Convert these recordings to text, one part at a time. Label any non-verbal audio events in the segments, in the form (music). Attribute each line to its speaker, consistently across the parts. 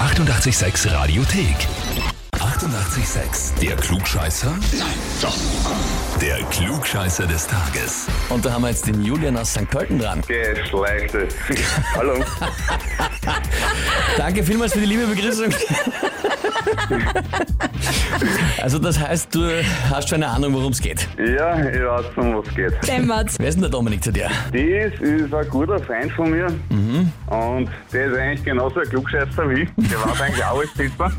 Speaker 1: 886 Radiothek. 88,6. Der Klugscheißer? Nein, doch. Der Klugscheißer des Tages.
Speaker 2: Und da haben wir jetzt den Julian aus St. Pölten dran.
Speaker 3: Geschlechte. Hallo.
Speaker 2: Danke vielmals für die liebe Begrüßung. Also das heißt, du hast schon eine Ahnung, worum es geht.
Speaker 3: Ja, ich weiß, um was geht.
Speaker 4: Dämmert.
Speaker 2: Wer ist denn der Dominik zu dir?
Speaker 3: Dies ist ein guter Freund von mir. Und der ist eigentlich genauso ein Klugscheißer wie ich. Der war eigentlich auch als Tipper.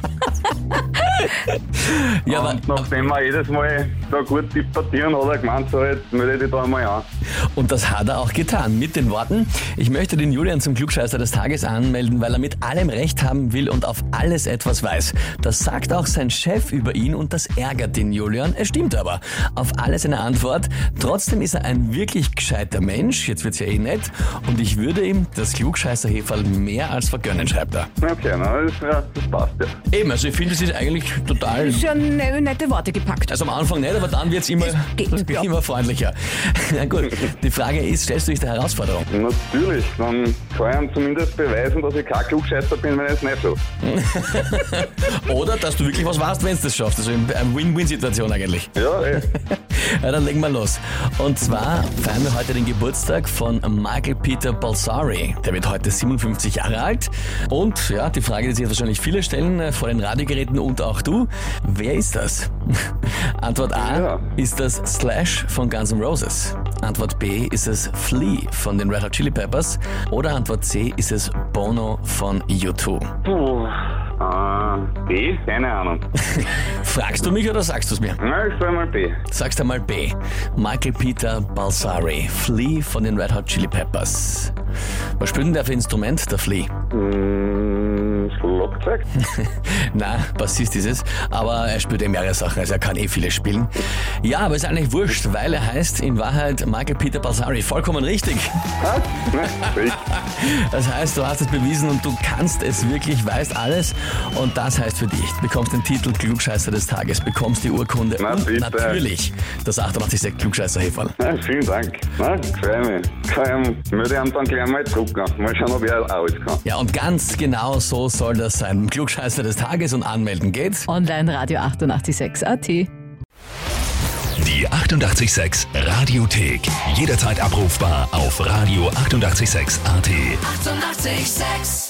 Speaker 2: Ja, aber,
Speaker 3: Und nachdem wir jedes Mal da gut debattieren, hat er gemeint, so jetzt melde dich da einmal an.
Speaker 2: und das hat er auch getan mit den Worten, ich möchte den Julian zum Klugscheißer des Tages anmelden, weil er mit allem Recht haben will und auf alles etwas weiß. Das sagt auch sein Chef über ihn und das ärgert den Julian. Es stimmt aber. Auf alles eine Antwort. Trotzdem ist er ein wirklich gescheiter Mensch, jetzt wird's ja eh nett, und ich würde ihm das Klugscheißer-Heferl mehr als vergönnen, schreibt er.
Speaker 3: Okay, na, das, ja, das passt ja.
Speaker 2: Eben, also ich finde, es ist eigentlich total...
Speaker 4: Schon ne- nette Worte gepackt.
Speaker 2: Also am Anfang nicht, aber dann wird's immer, (laughs)
Speaker 4: geht,
Speaker 2: das
Speaker 4: ja.
Speaker 2: immer freundlicher. (laughs) Na gut, die Frage ist, stellst du dich der Herausforderung?
Speaker 3: Natürlich, dann kann ich ihm zumindest beweisen, dass ich kein Klugscheißer bin, wenn ich es nicht schaffe.
Speaker 2: Oder dass du wirklich was warst, wenn du das schaffst. Also eine Win-Win-Situation eigentlich.
Speaker 3: Ja, eh. ey.
Speaker 2: Ja, dann legen wir los. Und zwar feiern wir heute den Geburtstag von Michael Peter Balsari. Der wird heute 57 Jahre alt. Und ja, die Frage, die sich jetzt wahrscheinlich viele stellen, äh, vor den Radiogeräten und auch du, wer ist das? (laughs) Antwort A
Speaker 3: Ja.
Speaker 2: ist das Slash von Guns N' Roses. Antwort B ist es Flea von den Red Hot Chili Peppers. Oder Antwort C ist es Bono von U2.
Speaker 3: Puh. Ah, B? Keine Ahnung.
Speaker 2: Fragst du mich oder sagst du es mir?
Speaker 3: Na, ich sag mal B.
Speaker 2: Sagst einmal B. Michael Peter Balsari, Flea von den Red Hot Chili Peppers. Was spielt denn der für Instrument, der Flea?
Speaker 3: Hm, Schlagzeug?
Speaker 2: Na, Bassist ist es, aber er spielt eh mehrere Sachen, also er kann eh viele spielen. Ja, aber ist eigentlich wurscht, weil er heißt in Wahrheit Michael Peter Balsari. Vollkommen richtig.
Speaker 3: Ha? Na, B.
Speaker 2: Das heißt, du hast es bewiesen und du kannst es wirklich, weißt alles. Und das heißt für dich, du bekommst den Titel Klugscheißer des Tages, bekommst die Urkunde
Speaker 3: Na,
Speaker 2: und
Speaker 3: bitte.
Speaker 2: natürlich das 88 klugscheißer -Häferl.
Speaker 3: Na, vielen Dank. Na, freue mich. Kann ich, ihm- würde ich ihm dann gleich mal drucken. Mal schauen, ob er auch alles kann.
Speaker 2: Ja, und ganz genau so soll das sein. Klugscheißer des Tages und anmelden geht's.
Speaker 4: Online Radio 886 AT.
Speaker 1: Die 88,6 Radiothek. Jederzeit abrufbar auf radio886.at. 88,6.
Speaker 5: 886